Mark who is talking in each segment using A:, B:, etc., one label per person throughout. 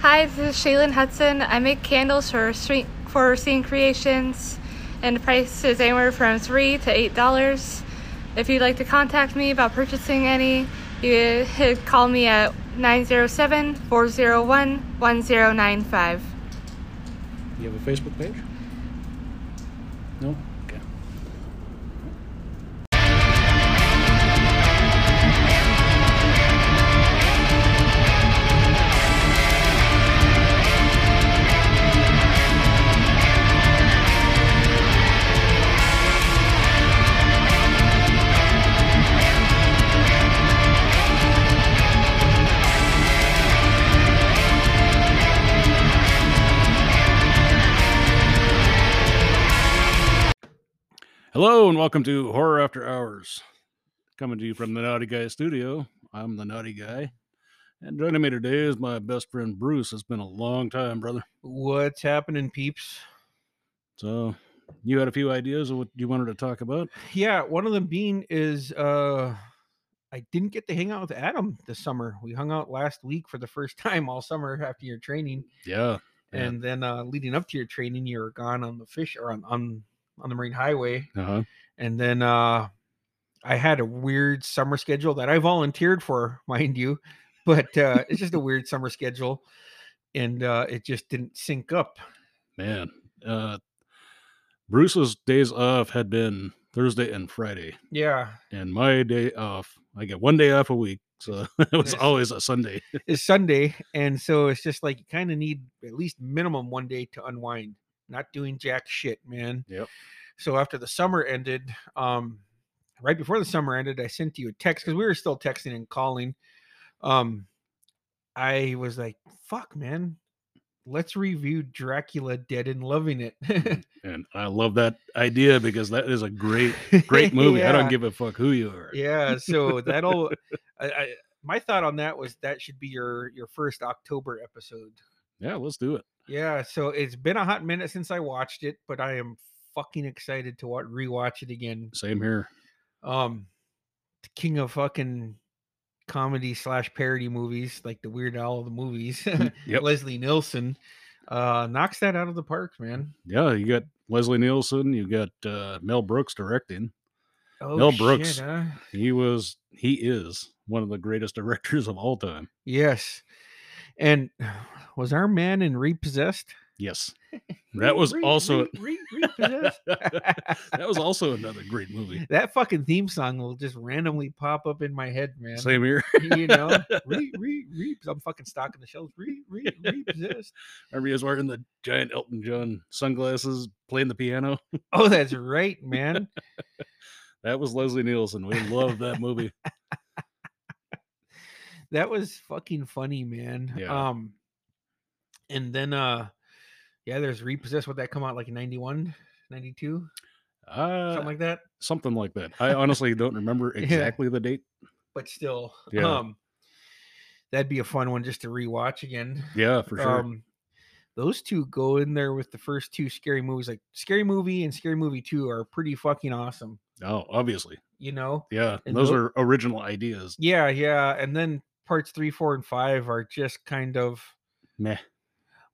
A: Hi, this is Shaylin Hudson. I make candles for street, for Scene Creations, and the price is anywhere from three to eight dollars. If you'd like to contact me about purchasing any, you could call me at 907-401-1095.
B: You have a Facebook page? No? Okay. Hello and welcome to Horror After Hours. Coming to you from the Naughty Guy studio. I'm the Naughty Guy. And joining me today is my best friend Bruce. It's been a long time, brother.
C: What's happening, peeps?
B: So, you had a few ideas of what you wanted to talk about?
C: Yeah, one of them being is uh I didn't get to hang out with Adam this summer. We hung out last week for the first time all summer after your training.
B: Yeah. Yeah.
C: And then uh leading up to your training, you were gone on the fish or on on, on the Marine Highway.
B: Uh huh.
C: And then uh I had a weird summer schedule that I volunteered for, mind you, but uh it's just a weird summer schedule and uh it just didn't sync up.
B: Man. Uh, Bruce's days off had been Thursday and Friday.
C: Yeah.
B: And my day off, I get one day off a week. So, it was
C: Nice.
B: always a Sunday.
C: is Sunday, and so it's just like you kind of need at least minimum one day to unwind. Not doing jack shit, man.
B: Yep.
C: So after the summer ended, um, right before the summer ended, I sent you a text because we were still texting and calling. Um, I was like, "Fuck, man, let's review Dracula Dead and Loving It."
B: And I love that idea because that is a great, great movie. I don't
C: Yeah.
B: give a fuck who you are.
C: yeah so that'll I, I my thought on that was that should be your your first october episode
B: Yeah, let's do it.
C: yeah so it's been a hot minute since i watched it but i am fucking excited to wa- rewatch it again
B: Same here.
C: um the king of fucking comedy slash parody movies like the weird owl of the movies
B: Mm, Yep.
C: leslie nielsen uh knocks that out of the park man
B: Yeah, you got Leslie Nielsen, you got uh, Mel Brooks directing.
C: oh
B: Mel Brooks.
C: shit, huh?
B: He was, he is one of the greatest directors of all time.
C: yes and was our man in repossessed
B: Yes, that was also
C: re- re- repossessed.
B: that was also another great movie.
C: that fucking theme song will just randomly pop up in my head, man.
B: Same here.
C: you know, re, re, re, I'm fucking stocking the shelves. Re, re, repossessed.
B: Remember, he was wearing the giant Elton John sunglasses, playing the piano.
C: Oh, that's right, man.
B: That was Leslie Nielsen. We love that movie.
C: That was fucking funny, man.
B: Yeah.
C: Um, and then, uh, yeah, there's repossessed. Would that come out like 91, 92,
B: Uh,
C: something like that?
B: something like that. I honestly don't remember
C: Yeah.
B: exactly the date.
C: But still,
B: Yeah.
C: um, that'd be a fun one just to rewatch again.
B: Yeah, for sure.
C: Um, those two go in there with the first two scary movies. Like Scary Movie and Scary Movie Two are pretty fucking awesome.
B: oh, obviously.
C: You know?
B: Yeah,
C: And
B: those
C: tho-
B: are original ideas.
C: Yeah, yeah. And then parts three, four, and five are just kind of
B: Meh.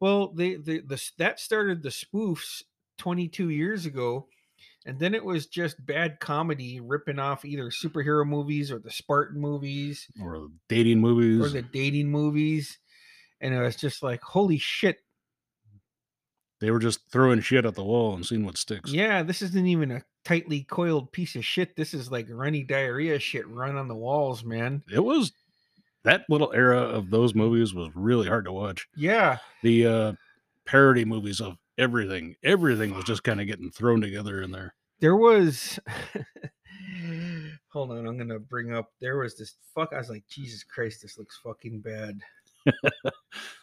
C: well, they the the s- that started the spoofs twenty two years ago. And then it was just bad comedy ripping off either superhero movies or the Spartan movies
B: Or dating
C: or
B: movies.
C: the dating movies. And it was just like, holy shit,
B: they were just throwing shit at the wall and seeing what sticks.
C: Yeah, this isn't even a tightly coiled piece of shit. This is like runny diarrhea shit run on the walls, man.
B: It was that little era of those movies was really hard to watch.
C: Yeah,
B: The uh parody movies of everything, everything was just kind of getting thrown together in there.
C: there was. Hold on, I'm gonna bring up. There was this fuck. I was like, Jesus Christ, this looks fucking bad.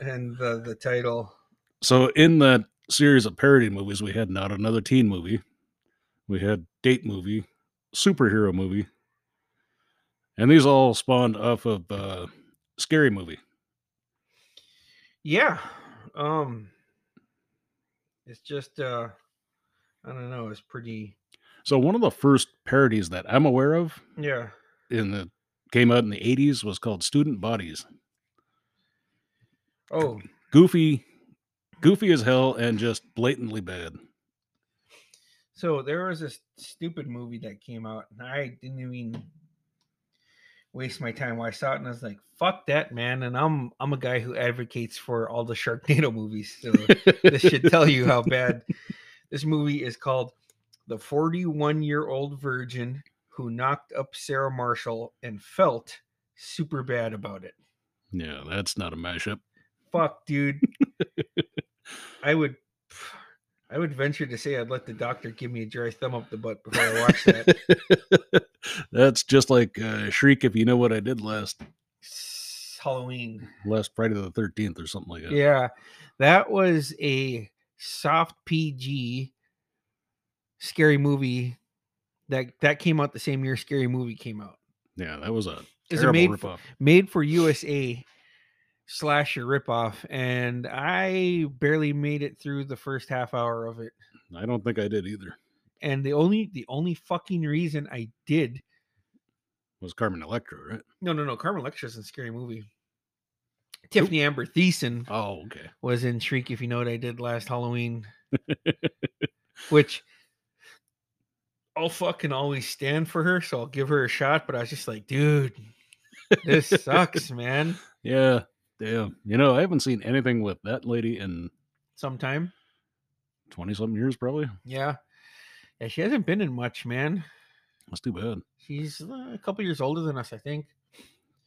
C: and the the title.
B: So in that series of parody movies, we had not another teen movie, we had date movie, superhero movie, and these all spawned off of uh, scary movie.
C: Yeah. Um. It's just uh, I don't know. It's pretty.
B: So one of the first parodies that I'm aware of
C: Yeah.
B: in the came out in the 80s was called Student Bodies.
C: Oh,
B: goofy, goofy as hell, and just blatantly bad.
C: So there was this stupid movie that came out, and I didn't even waste my time. I saw it and I was like, "Fuck that, man!" And I'm I'm a guy who advocates for all the Sharknado movies, so this should tell you how bad this movie is. Called "The 41 Year Old Virgin Who Knocked Up Sarah Marshall and Felt Super Bad About It."
B: Yeah, that's not a mashup.
C: fuck, dude. I would, I would venture to say I'd let the doctor give me a dry thumb up the butt before I watch that.
B: that's just like uh, Shriek. If you know what I did last
C: S- Halloween.
B: last Friday the Thirteenth or something like
C: Yeah.
B: that.
C: that was a soft PG scary movie that that came out the same year Scary Movie came out.
B: Yeah, that was a
C: Is it
B: terrible
C: made
B: ripoff.
C: made for USA slasher ripoff, and I barely made it through the first half hour of it.
B: I don't think I did either. It
C: and the only the only fucking reason I did
B: was Carmen Electra, right?
C: no no no Carmen Electra is a scary movie. Tiffany Amber Thiessen
B: Oh, okay.
C: was in Shriek. If you know what I did last Halloween, which I'll fucking always stand for her, so I'll give her a shot. But I was just like, dude, this sucks, man.
B: Yeah, damn. You know, I haven't seen anything with that lady in
C: Sometime,
B: twenty something years, probably.
C: yeah, yeah. She hasn't been in much, man.
B: That's too bad.
C: She's uh, a couple years older than us, I think.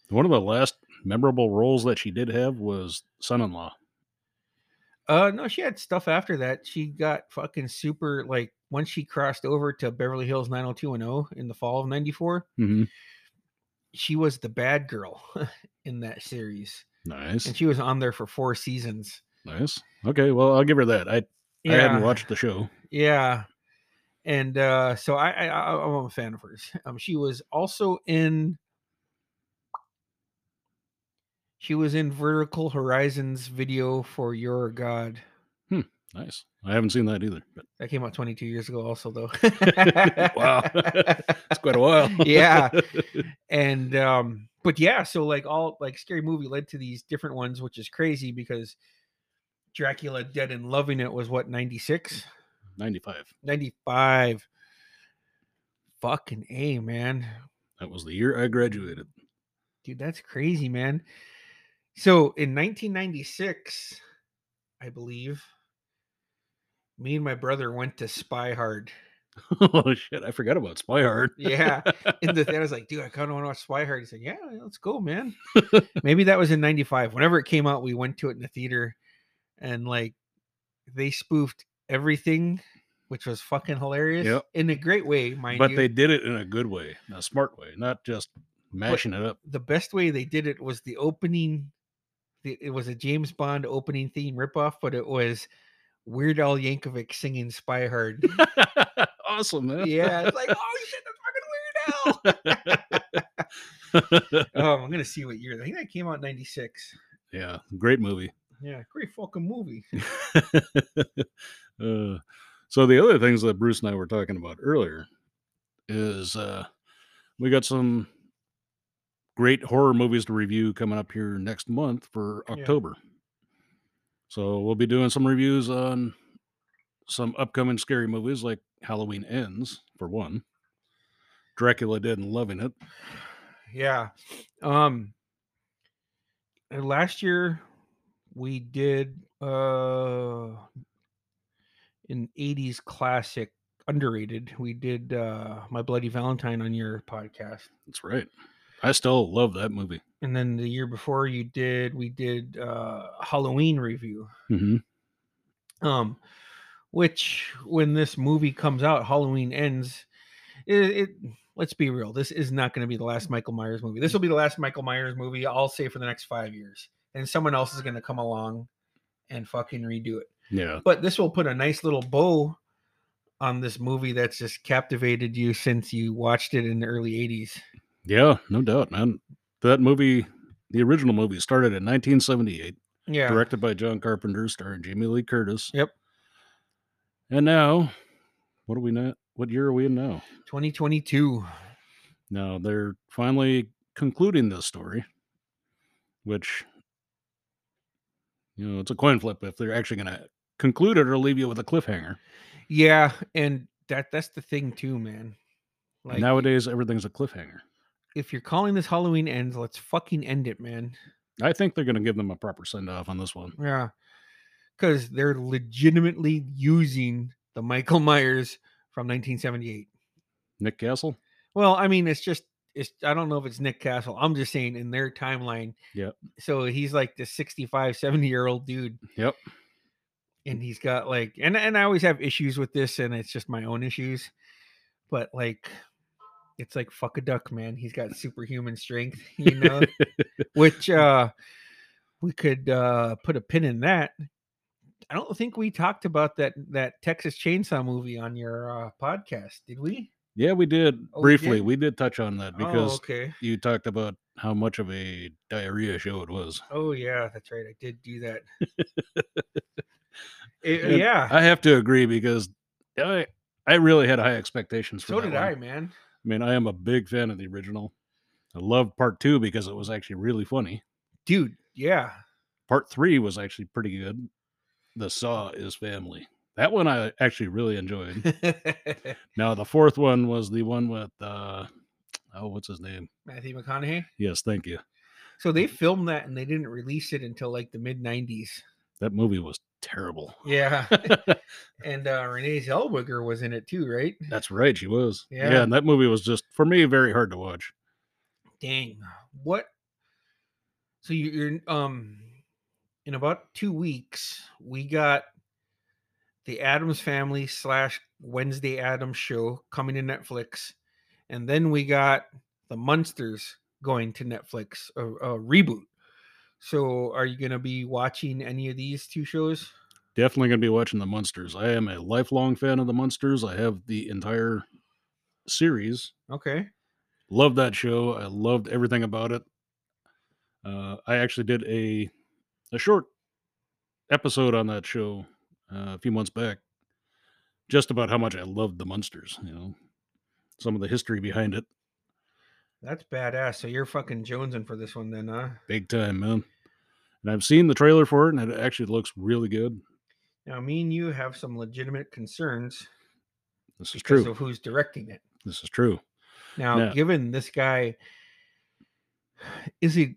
B: One of the last memorable roles that she did have was son-in-law.
C: Uh, no, she had stuff after that. She got fucking super like once she crossed over to Beverly Hills 90210 in the fall of 94,
B: Mm-hmm.
C: she was the bad girl in that series.
B: Nice,
C: And she was on there for four seasons.
B: nice. Okay, well, I'll give her that. I I hadn't watched the show.
C: Yeah. And uh so I, I I- I'm a fan of hers. Um she was also in she was in Vertical Horizons video for Your God.
B: Nice. I haven't seen that either. But
C: That came out 22 years ago also though.
B: Wow. it's quite a while.
C: Yeah. and um but yeah so like all like scary movie led to these different ones which is crazy because dracula dead and loving it was what 96
B: Ninety-five.
C: 95 fucking a man
B: That was the year I graduated.
C: dude that's crazy man so in 1996 i believe me and my brother went to spy hard
B: oh shit! I forgot about Spy Hard.
C: yeah in the thing, I was like, dude, I kind of want to watch Spy Hard. He said, yeah, let's go, man. Maybe that was in 95. Whenever it came out, we went to it in the theater and like they spoofed everything, which was fucking hilarious
B: Yep.
C: in a great way, mind
B: but
C: you.
B: they did it in a good way, a smart way, not just mashing it up.
C: the best way they did it was the opening. the- It was a James Bond opening theme ripoff, but it was Weird Al Yankovic singing Spy Hard.
B: awesome, man.
C: yeah, it's like, oh shit, that's fucking Weird Al. Um, I'm gonna see what year. I think that came out in '96.
B: yeah, great movie.
C: Yeah, great fucking movie.
B: uh, so the other things that Bruce and I were talking about earlier is uh, we got some great horror movies to review coming up here next month for
C: Yeah.
B: October. So we'll be doing some reviews on some upcoming scary movies like Halloween Ends for one, Dracula Dead and Loving It.
C: Yeah. Um. and Last year, we did uh an '80s classic, underrated. We did uh My Bloody Valentine on your podcast,
B: That's right. I still love that movie.
C: and then the year before, you did we did uh Halloween review.
B: Mm-hmm.
C: um which when this movie comes out halloween ends it, it let's be real this is not going to be the last michael myers movie this will be the last michael myers movie i'll say for the next five years and someone else is going to come along and fucking redo it
B: Yeah.
C: but this will put a nice little bow on this movie that's just captivated you since you watched it in the early 80s
B: Yeah, no doubt, man. That movie, the original movie, started in 1978,
C: yeah
B: directed by John Carpenter, starring Jamie Lee Curtis.
C: Yep.
B: And now, what are we now? What year are we in now?
C: 2022
B: Now they're finally concluding this story, which You know, it's a coin flip if they're actually going to conclude it or leave you with a cliffhanger.
C: Yeah, and that that's the thing too, man. Like
B: Nowadays, everything's a cliffhanger.
C: if you're calling this Halloween ends, let's fucking end it, man.
B: I think they're going to give them a proper send off on this one.
C: Yeah. Cuz they're legitimately using the Michael Myers from 1978.
B: Nick Castle?
C: Well, I mean, it's just it's I don't know if it's Nick Castle. I'm just saying in their timeline.
B: Yep.
C: So he's like the 65, 70 year old dude.
B: Yep.
C: And he's got like and and I always have issues with this, and it's just my own issues. But like it's like fuck a duck, man. He's got superhuman strength, you know. Which uh we could uh put a pin in that. I don't think we talked about that that Texas Chainsaw movie on your uh podcast, did we?
B: Yeah, we did
C: Oh, we
B: briefly.
C: did?
B: We did touch on that because
C: oh, okay.
B: you talked about how much of a diarrhea show it was.
C: Oh yeah, that's right. I did do that. It-
B: And
C: yeah,
B: I have to agree because I, I really had high expectations for
C: so
B: that
C: did
B: one.
C: I, man.
B: I mean, I am a big fan of the original. I loved part two because it was actually really funny.
C: Dude, yeah.
B: Part three was actually pretty good. The Saw is Family. That one I actually really enjoyed.
C: Matthew
B: now, the fourth one was the one with, uh, oh, what's his name?
C: McConaughey.
B: Yes, thank you.
C: So they filmed that and they didn't release it until like the mid '90s.
B: That movie was terrible.
C: Yeah, and uh, Renee Zellweger was in it too, right?
B: That's right, she was. Yeah.
C: Yeah.
B: and that movie was just, for me, very hard to watch.
C: Dang, what? So you, you're um, in about two weeks, we got the Adams Family slash Wednesday Adams show coming to Netflix, and then we got the Munsters going to Netflix a, a reboot. So, are you gonna be watching any of these two shows?
B: Definitely going to be watching The Munsters. I am a lifelong fan of The Munsters. I have the entire series.
C: Okay,
B: Loved that show. I loved everything about it. Uh, I actually did a a short episode on that show uh, a few months back, just about how much I loved the Munsters. You know, some of the history behind it,
C: that's badass. So you're fucking jonesing for this one, then, huh?
B: big time, man. And I've seen the trailer for it, and it actually looks really good.
C: Now, me and you have some legitimate concerns
B: This is
C: because
B: true.
C: of who's directing it.
B: This is true.
C: Now,
B: Yeah.
C: given this guy is he,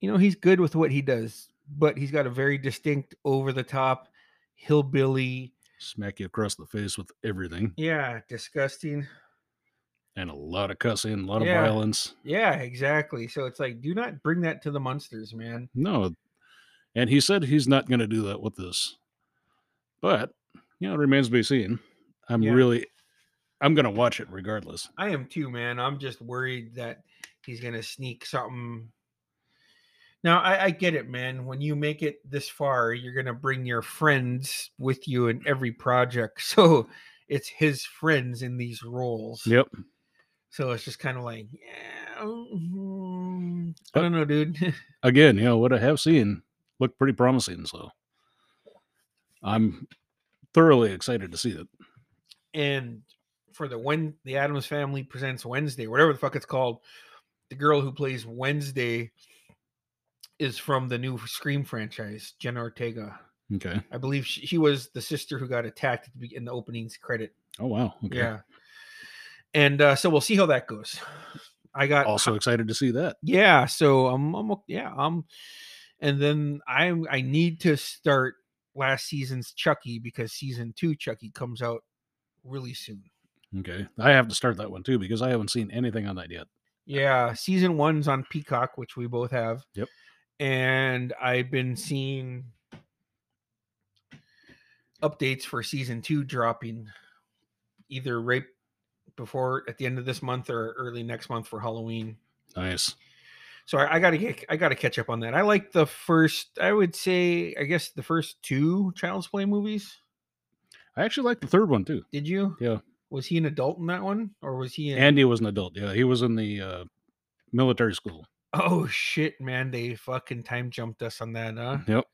C: you know, he's good with what he does, but he's got a very distinct over the top hillbilly,
B: Smack you across the face with everything,
C: yeah, disgusting.
B: and a lot of cussing, a lot of
C: Yeah.
B: violence.
C: Yeah, exactly. So it's like, do not bring that to the monsters, man.
B: No. And he said he's not going to do that with this. But, you know, it remains to be seen. I'm
C: Yeah.
B: really, I'm going to watch it regardless.
C: I am too, man. I'm just worried that he's gonna sneak something. Now I, I get it, man. When you make it this far, you're gonna bring your friends with you in every project. So it's his friends in these roles.
B: Yep.
C: So it's just kind of like, yeah, mm, I
B: But-
C: don't know, dude.
B: Again, you know, what I have seen looked pretty promising. So I'm thoroughly excited to see it.
C: and for the when the Adams Family presents Wednesday, whatever the fuck it's called, the girl who plays Wednesday is from the new Scream franchise, Jenna Ortega.
B: Okay.
C: I believe she, she was the sister who got attacked at the, be- in the opening's credit.
B: Oh, wow. Okay.
C: Yeah, and uh, so we'll see how that goes. I got
B: Also excited to see that.
C: yeah so i'm, I'm o- yeah i'm and then i'm i need to start last season's chucky because season two chucky comes out really soon
B: Okay. I have to start that one too because I haven't seen anything on that yet.
C: yeah season one's on peacock which we both have
B: Yep.
C: and i've been seeing updates for season two dropping either right before at the end of this month or early next month for halloween
B: Nice.
C: So I, I gotta get I gotta catch up on that. I like the first I would say I guess the first two Child's Play movies.
B: I actually like the third one too.
C: Did you?
B: Yeah.
C: Was he an adult in that one, or was he? In...
B: Andy was an adult. Yeah. He was in the uh, military school.
C: oh shit, man! They fucking time jumped us on that, huh?
B: Yep.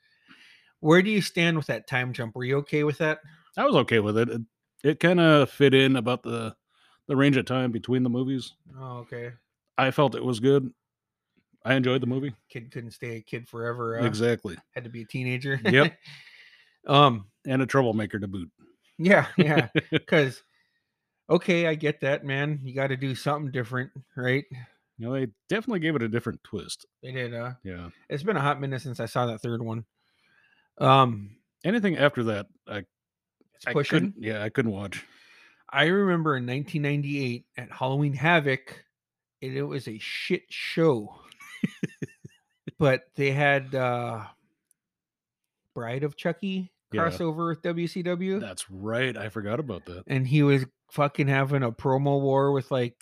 C: Where do you stand with that time jump? Were you okay with that?
B: I was okay with it. It, it kind of fit in about the the range of time between the movies.
C: Oh, okay.
B: I felt it was good. I enjoyed the movie.
C: Kid couldn't stay a kid forever. Uh,
B: Exactly.
C: Had to be a teenager.
B: Yep.
C: um.
B: And a troublemaker to boot.
C: Yeah. Yeah. Because, okay, I get that, man. You got to do something different, right?
B: You know, they definitely gave it a different twist.
C: They did. Uh,
B: Yeah.
C: it's been a hot minute since I saw that third one. Um,
B: Anything after that, I,
C: it's
B: I
C: pushing.
B: couldn't. Yeah, I couldn't watch.
C: I remember in 1998 at Halloween Havoc, it, it was a shit show. but they had uh Bride of Chucky
B: Yeah.
C: crossover with WCW,
B: That's right. I forgot about that.
C: and he was fucking having a promo war with like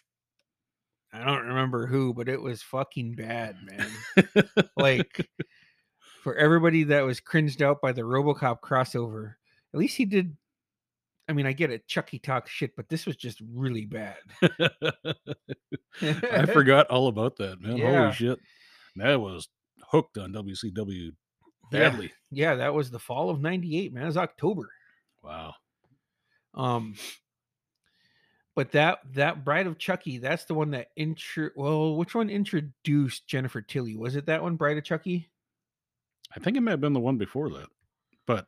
C: I don't remember who, but it was fucking bad, man. like for everybody that was cringed out by the RoboCop crossover, at least he did. I mean, I get it, Chucky talk shit, but this was just really bad.
B: I forgot all about that, man.
C: Yeah.
B: Holy shit. That was hooked on WCW
C: Yeah.
B: badly.
C: Yeah, that was the fall of '98, man. It was October.
B: Wow.
C: Um, but that that Bride of Chucky, that's the one that intro. Well, which one introduced Jennifer Tilly? Was it that one, Bride of Chucky?
B: I think it may have been the one before that, but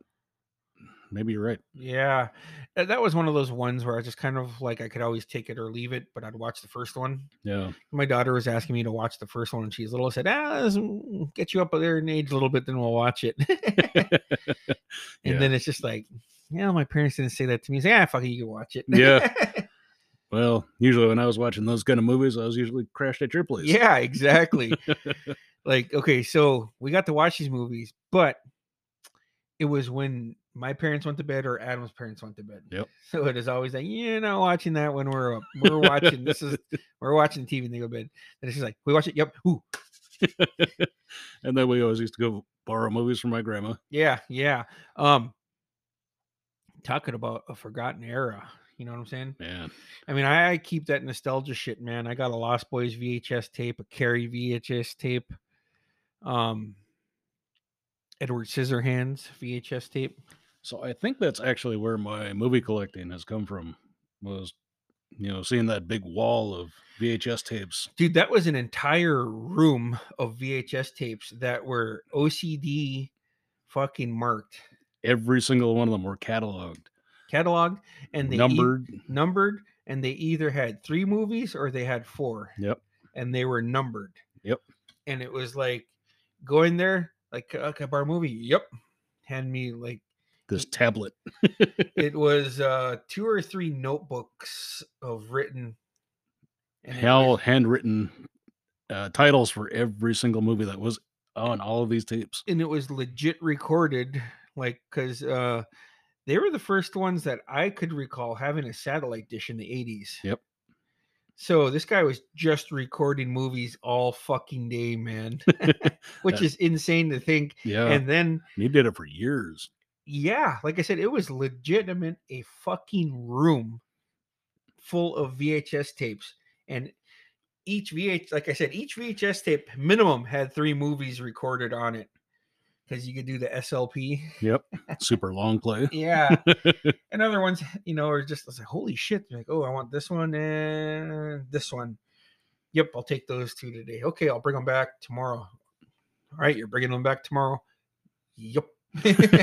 B: maybe you're right.
C: Yeah, that, that was one of those ones where I just kind of like I could always take it or leave it, but I'd watch the first one
B: Yeah.
C: my daughter was asking me to watch the first one when she's little. I said, ah, this will get you up there in age a little bit, then we'll watch it. and
B: Yeah.
C: then it's just like, yeah, my parents didn't say that to me. Say, ah, fuck it, you can watch it.
B: Yeah. Well, usually when I was watching those kind of movies, I was usually crashed at your place.
C: yeah, exactly. like, okay, so we got to watch these movies, but it was when my parents went to bed or Adam's parents went to bed.
B: Yep.
C: So it is always like, you're not watching that when we're up. We're watching this is we're watching TV and they go to bed. And it's just like, we watch it. Yep. Ooh,
B: And then we always used to go borrow movies from my grandma.
C: Yeah, yeah. Um talking about a forgotten era. You know what I'm saying?
B: Man.
C: I mean, I, I keep that nostalgia shit, man. I got a Lost Boys VHS tape, a Carrie VHS tape, um Edward Scissorhands VHS tape.
B: So I think that's actually where my movie collecting has come from was, you know, seeing that big wall of VHS tapes.
C: Dude, that was an entire room of VHS tapes that were OCD fucking marked,
B: Every single one of them were cataloged,
C: cataloged, and e they each-
B: numbered.
C: numbered and they either had three movies or they had four.
B: Yep.
C: And they were numbered.
B: Yep.
C: And it was like going there, like "Uh, okay, bar movie. Yep. Hand me like
B: this tablet.
C: it was uh two or three notebooks of written and e it
B: hell
C: was-
B: handwritten uh, titles for every single movie that was on all of these tapes.
C: and it was legit recorded, like because uh they were the first ones that I could recall having a satellite dish in the 80s.
B: Yep.
C: So this guy was just recording movies all fucking day, man. which
B: That-
C: is insane to think.
B: Yeah, and
C: And then,
B: he did it for years.
C: yeah, like I said, it was legitimate a fucking room full of VHS tapes. And each VH, like I said, each VHS tape minimum had three movies recorded on it because you could do the SLP.
B: Yep, super long play.
C: Yeah. and other ones, you know, are just it's like, holy shit. Like, oh, I want this one and this one. Yep, I'll take those two today. Okay, I'll bring them back tomorrow. All right, you're bringing them back tomorrow. Yep.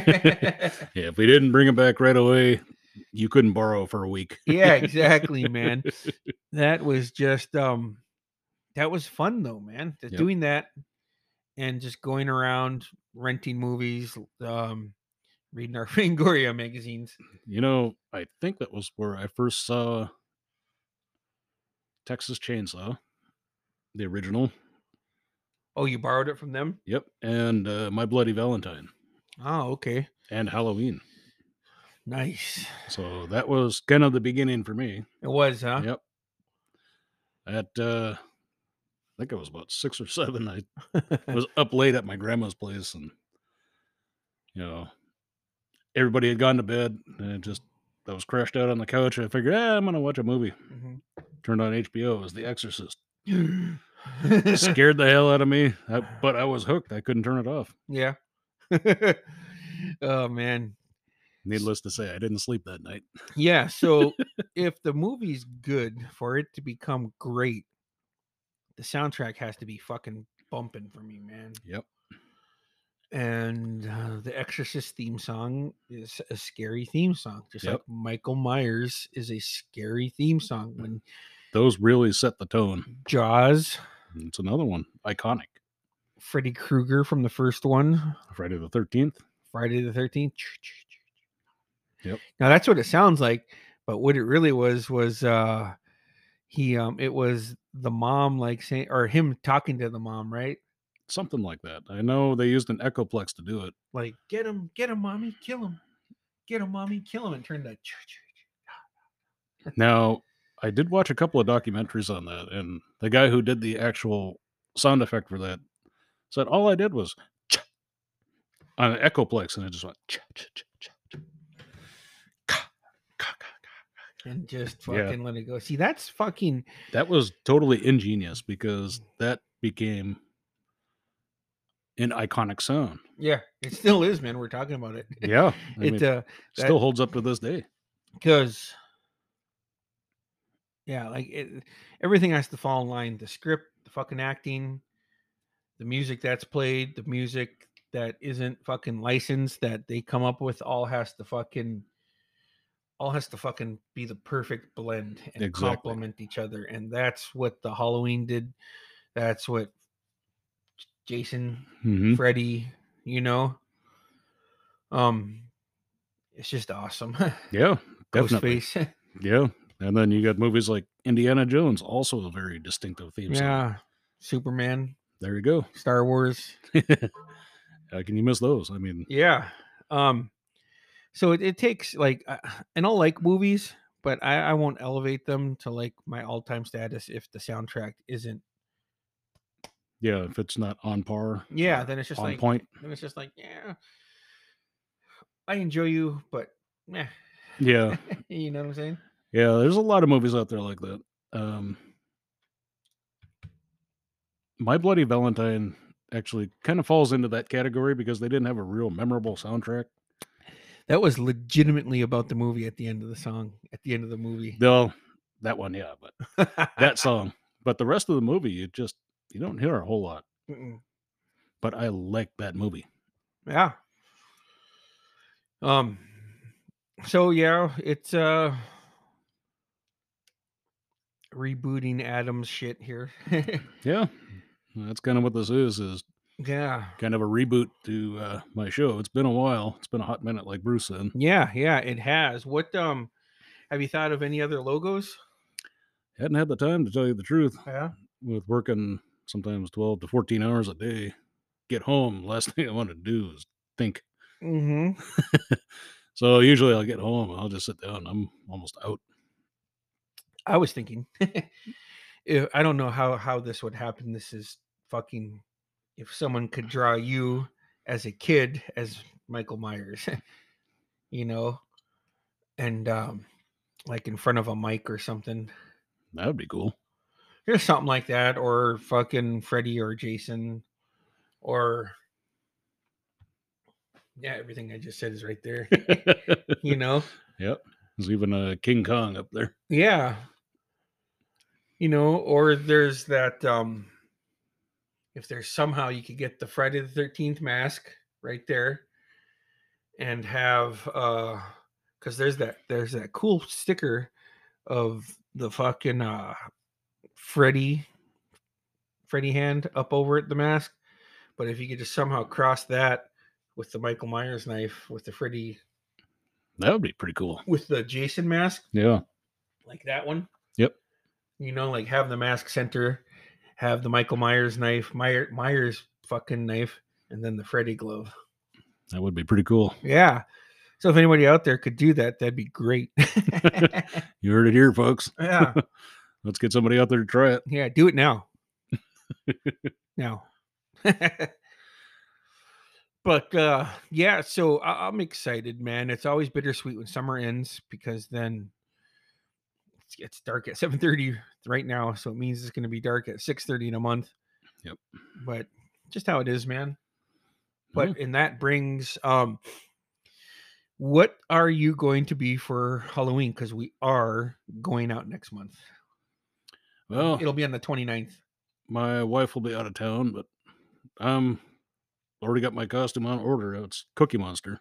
B: Yeah, if we didn't bring it back right away, you couldn't borrow for a week.
C: yeah, exactly, man. That was just um that was fun though, man. Just
B: Yep.
C: Doing that and just going around renting movies, um reading our Fangoria magazines.
B: You know, I think that was where I first saw Texas Chainsaw, the original.
C: Oh, you borrowed it from them?
B: Yep, and uh, My Bloody Valentine
C: Oh, okay.
B: and Halloween.
C: Nice.
B: So that was kind of the beginning for me.
C: It was, huh?
B: Yep. At uh I think I was about six or seven. I was up late at my grandma's place and you know everybody had gone to bed and I just I was crashed out on the couch. I figured, ah, I'm gonna watch a movie.
C: Mhm.
B: Turned on HBO, it was The Exorcist.
C: Mm-hmm.
B: Scared the hell out of me. I, but I was hooked. I couldn't turn it off.
C: yeah. oh man.
B: Needless to say, I didn't sleep that night.
C: Yeah, so if the movie's good for it to become great, the soundtrack has to be fucking bumping for me, man.
B: Yep.
C: And uh, the Exorcist theme song is a scary theme song, just
B: Yep.
C: like Michael Myers is a scary theme song. When
B: Those really set the tone.
C: Jaws,
B: It's another one. Iconic.
C: Freddy Krueger from the first one,
B: Friday the 13th.
C: Friday the 13th.
B: Yep.
C: Now that's what it sounds like, but what it really was was uh he um it was the mom like saying or him talking to the mom, right?
B: Something like that. I know they used an Echoplex to do it.
C: Like get him, get him, mommy, kill him. Get him, mommy, kill him and turn the
B: Now, I did watch a couple of documentaries on that, and the guy who did the actual sound effect for that said all I did was ch- on an Echoplex, and it just went ch- ch- ch- ch- ch- ka, ka, ka, ka.
C: and just
B: Yeah.
C: fucking let it go. See, that's fucking
B: That was totally ingenious because that became an iconic sound.
C: yeah, it still is, man. We're talking about it.
B: Yeah, I
C: it
B: mean,
C: uh that-
B: still holds up to this day.
C: because yeah like it, everything has to fall in line the script the fucking acting the music that's played the music that isn't fucking licensed that they come up with all has to fucking all has to fucking be the perfect blend and
B: Exactly.
C: complement each other and that's what the halloween did that's what jason
B: Mhm.
C: freddy you know um it's just awesome
B: Yeah, definitely.
C: Ghostface.
B: Yeah, and then you got movies like Indiana Jones, also a very distinctive theme song.
C: yeah. Superman,
B: There you go.
C: Star Wars.
B: How can you miss those? I mean,
C: Yeah. Um so it, it takes like uh, and I'll like movies, but I, I won't elevate them to like my all-time status if the soundtrack isn't
B: yeah, if it's not on par,
C: yeah,
B: or
C: then it's just
B: on
C: like
B: point.
C: then it's just like, yeah. I enjoy you, but meh.
B: Yeah,
C: you know what I'm saying?
B: yeah. There's a lot of movies out there like that. Um, My Bloody Valentine actually kind of falls into that category because they didn't have a real memorable soundtrack.
C: That was legitimately about the movie at the end of the song, at the end of the movie.
B: Though that one, yeah, but that song. But the rest of the movie, you just you don't hear a whole lot.
C: Mm-mm.
B: But I like that movie.
C: Yeah. Um so yeah, it's uh rebooting Adam's shit here.
B: Yeah, that's kind of what this is. Is
C: yeah.
B: kind of a reboot to uh, my show. It's been a while. It's been a hot minute, like Bruce said.
C: Yeah, yeah, it has. What um have you thought of any other logos?
B: Hadn't had the time to tell you the truth.
C: Yeah.
B: With working sometimes twelve to fourteen hours a day, get home. Last thing I want to do is think.
C: Mhm.
B: So usually I'll get home. and I'll just sit down. I'm almost out.
C: I was thinking if, I don't know how how this would happen. This is fucking if someone could draw you as a kid as Michael Myers, you know, and um like in front of a mic or something.
B: That would be cool.
C: Just something like that, or fucking Freddy or Jason, or yeah, everything I just said is right there.
B: There's
C: you know,
B: even a King Kong up there.
C: yeah, you know, or there's that. um If there's somehow you could get the Friday the Thirteenth mask right there, and have uh, because there's that there's that cool sticker of the fucking uh Freddy Freddy hand up over at the mask. But if you could just somehow cross that with the Michael Myers knife, with the Freddy,
B: That would be pretty cool.
C: with the Jason mask,
B: Yeah.
C: like that one.
B: Yep.
C: You know, like have the mask center, have the Michael Myers knife, Meyer, Myers fucking knife, and then the Freddy glove.
B: That would be pretty cool.
C: Yeah. So if anybody out there could do that, that'd be great.
B: You heard it here, folks.
C: yeah.
B: Let's get somebody out there to try it.
C: Yeah, do it now. now. but uh yeah, so I- I'm excited, man. It's always bittersweet when summer ends because then it's, it's dark at 7:30 right now, so it means it's going to be dark at 6:30 in a month.
B: Yep.
C: But just how it is, man. But and that brings um what are you going to be for Halloween cuz we are going out next month.
B: Well,
C: It'll be on the 29th.
B: my wife will be out of town, but Um, already got my costume on order. uh, It's Cookie Monster.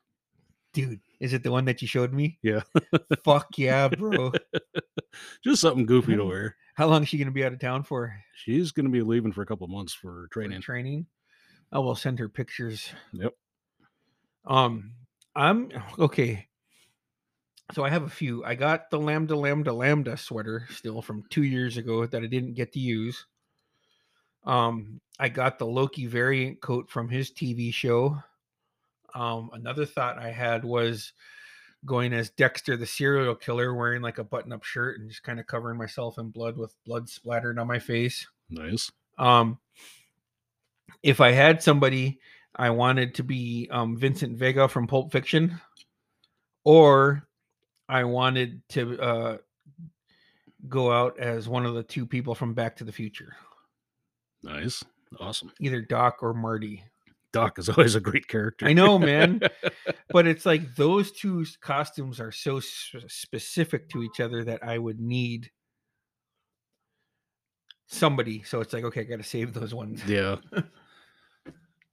C: Dude, is it the one that you showed me?
B: Yeah.
C: Fuck yeah, bro.
B: Just something goofy to wear.
C: How long is she gonna be out of town for?
B: She's going to be leaving for a couple months for
C: for
B: training.
C: training. I will send her pictures.
B: Yep.
C: Um, I'm okay. So I have a few. I got the Lambda Lambda Lambda sweater still from two years ago that I didn't get to use. Um, I got the Loki variant coat from his TV show. Um, another thought I had was going as Dexter the serial killer, wearing like a button up shirt and just kind of covering myself in blood with blood splattered on my face.
B: Nice.
C: Um, if I had somebody, I wanted to be um, Vincent Vega from Pulp Fiction, or I wanted to uh, go out as one of the two people from Back to the Future,
B: Nice. Awesome.
C: either Doc or Marty.
B: Doc is always a great character.
C: I know, man, but it's like those two s- costumes are so s- specific to each other that I would need somebody. So it's like, okay, I got to save those ones.
B: yeah.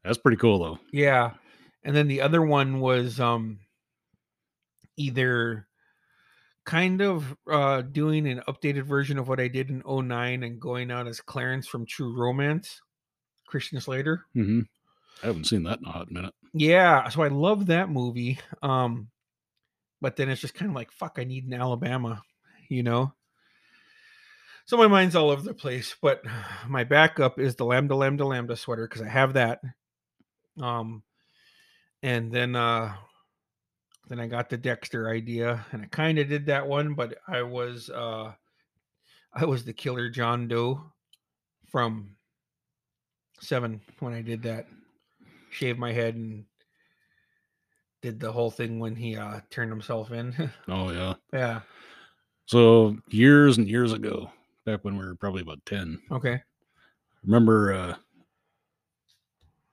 B: That's pretty cool, though.
C: Yeah. And then the other one was um either kind of uh doing an updated version of what I did in 09 and going out as Clarence from True Romance, Christian Slater.
B: hmm I haven't seen that in a hot minute.
C: Yeah, so I love that movie. Um but then it's just kind of like fuck, I need an Alabama, you know? So my mind's all over the place, but my backup is the lambda lambda lambda sweater because I have that. Um and then uh then I got the Dexter idea and I kind of did that one, but I was uh I was the killer John Doe from 7 when I did that shaved my head and did the whole thing when he uh turned himself in.
B: Oh, yeah.
C: yeah.
B: So, years and years ago, back when we were probably about 10,
C: Okay.
B: remember uh,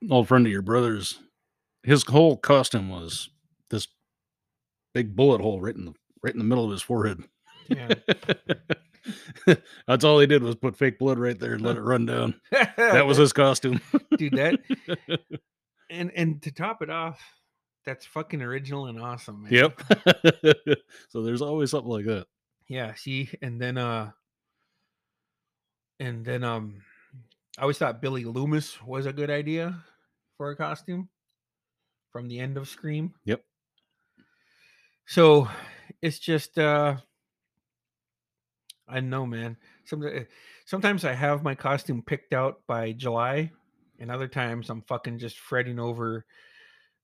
B: an old friend of your brother's, his whole costume was this big bullet hole right in the, right in the middle of his forehead.
C: Yeah.
B: That's all he did was put fake blood right there and let it run down. That
C: that
B: was his costume.
C: dude that and and to top it off, that's fucking original and awesome, man.
B: Yep. so there's always something like that.
C: Yeah, see, and then uh and then um I always thought Billy Loomis was a good idea for a costume from the end of Scream.
B: Yep.
C: So it's just uh I know, man. Sometimes sometimes I have my costume picked out by July and other times I'm fucking just fretting over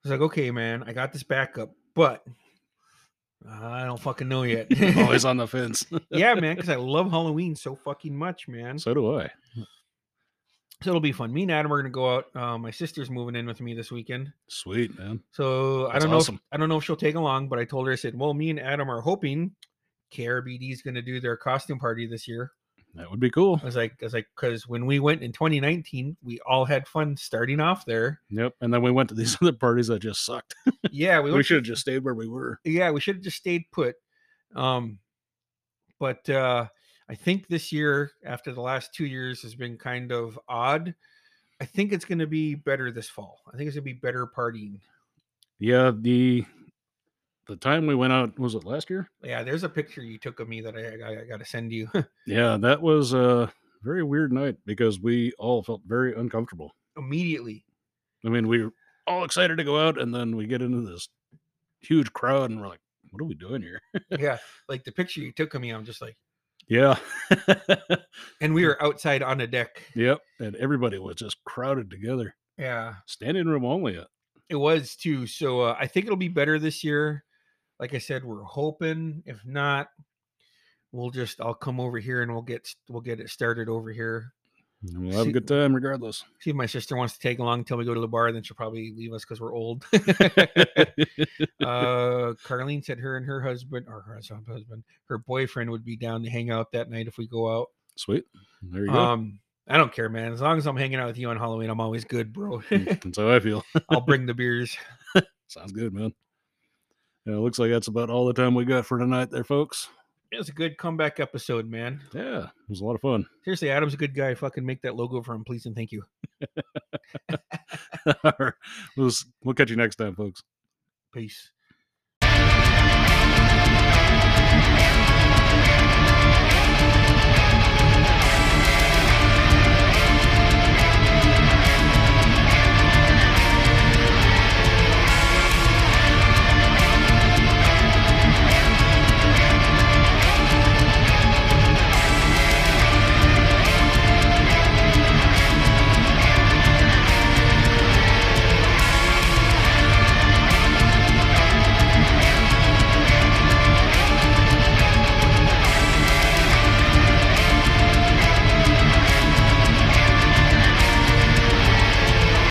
C: it's like, okay, man, I got this backup, but I don't fucking know yet.
B: always on the fence.
C: yeah, man, because I love Halloween so fucking much, man. So
B: so do I.
C: it'll be fun. Me and Adam are gonna go out. Uh, my sister's moving in with me this weekend,
B: Sweet, man.
C: so I
B: That's
C: don't know.
B: awesome.
C: If, I don't know if she'll take along, but I told her I said, "Well, me and Adam are hoping KRBD is gonna do their costume party this year."
B: That would be cool.
C: I was like, I was like, because when we went in 2019, we all had fun starting off there.
B: Yep. And then we went to these other parties that just sucked.
C: Yeah, we
B: We,
C: went
B: should have just stayed where we were.
C: yeah, we should have just stayed put. Um, but uh, I think this year, after the last two years, has been kind of odd. I think it's going to be better this fall. I think it's going to be better partying.
B: Yeah, the the time we went out was it last year?
C: Yeah, there's a picture you took of me that I, I, got to send you.
B: Yeah, that was a very weird night because we all felt very uncomfortable.
C: Immediately,
B: I mean, we were all excited to go out, and then we get into this huge crowd, and we're like, "What are we doing here?"
C: yeah, like the picture you took of me, I'm just like,
B: Yeah,
C: and we were outside on a deck.
B: yep. And everybody was just crowded together,
C: Yeah,
B: standing room only. uh,
C: It was too. So uh, I think it'll be better this year. Like I said, we're hoping. If not, we'll just I'll come over here and we'll get s- we'll get it started over here.
B: And we'll have
C: See-
B: a good time regardless.
C: See if my sister wants to tag along until we go to the bar. Then she'll probably leave us because we're old. uh, Carlene said her and her husband or her husband, husband, her boyfriend would be down to hang out that night if we go
B: Sweet. There you
C: out. Um, I don't care, man. As long as I'm hanging out with you on Halloween, I'm always good, bro.
B: go. That's how I feel.
C: I'll bring the beers.
B: Sounds good, man. Yeah, it looks like that's about all the time we got for tonight, there, folks.
C: It was a good comeback episode, man.
B: Yeah, it was a lot of fun.
C: Seriously, Adam's a good guy. Fucking make that logo for him, please, and thank you.
B: All right. we'll, s- we'll catch you next time, folks.
C: Peace.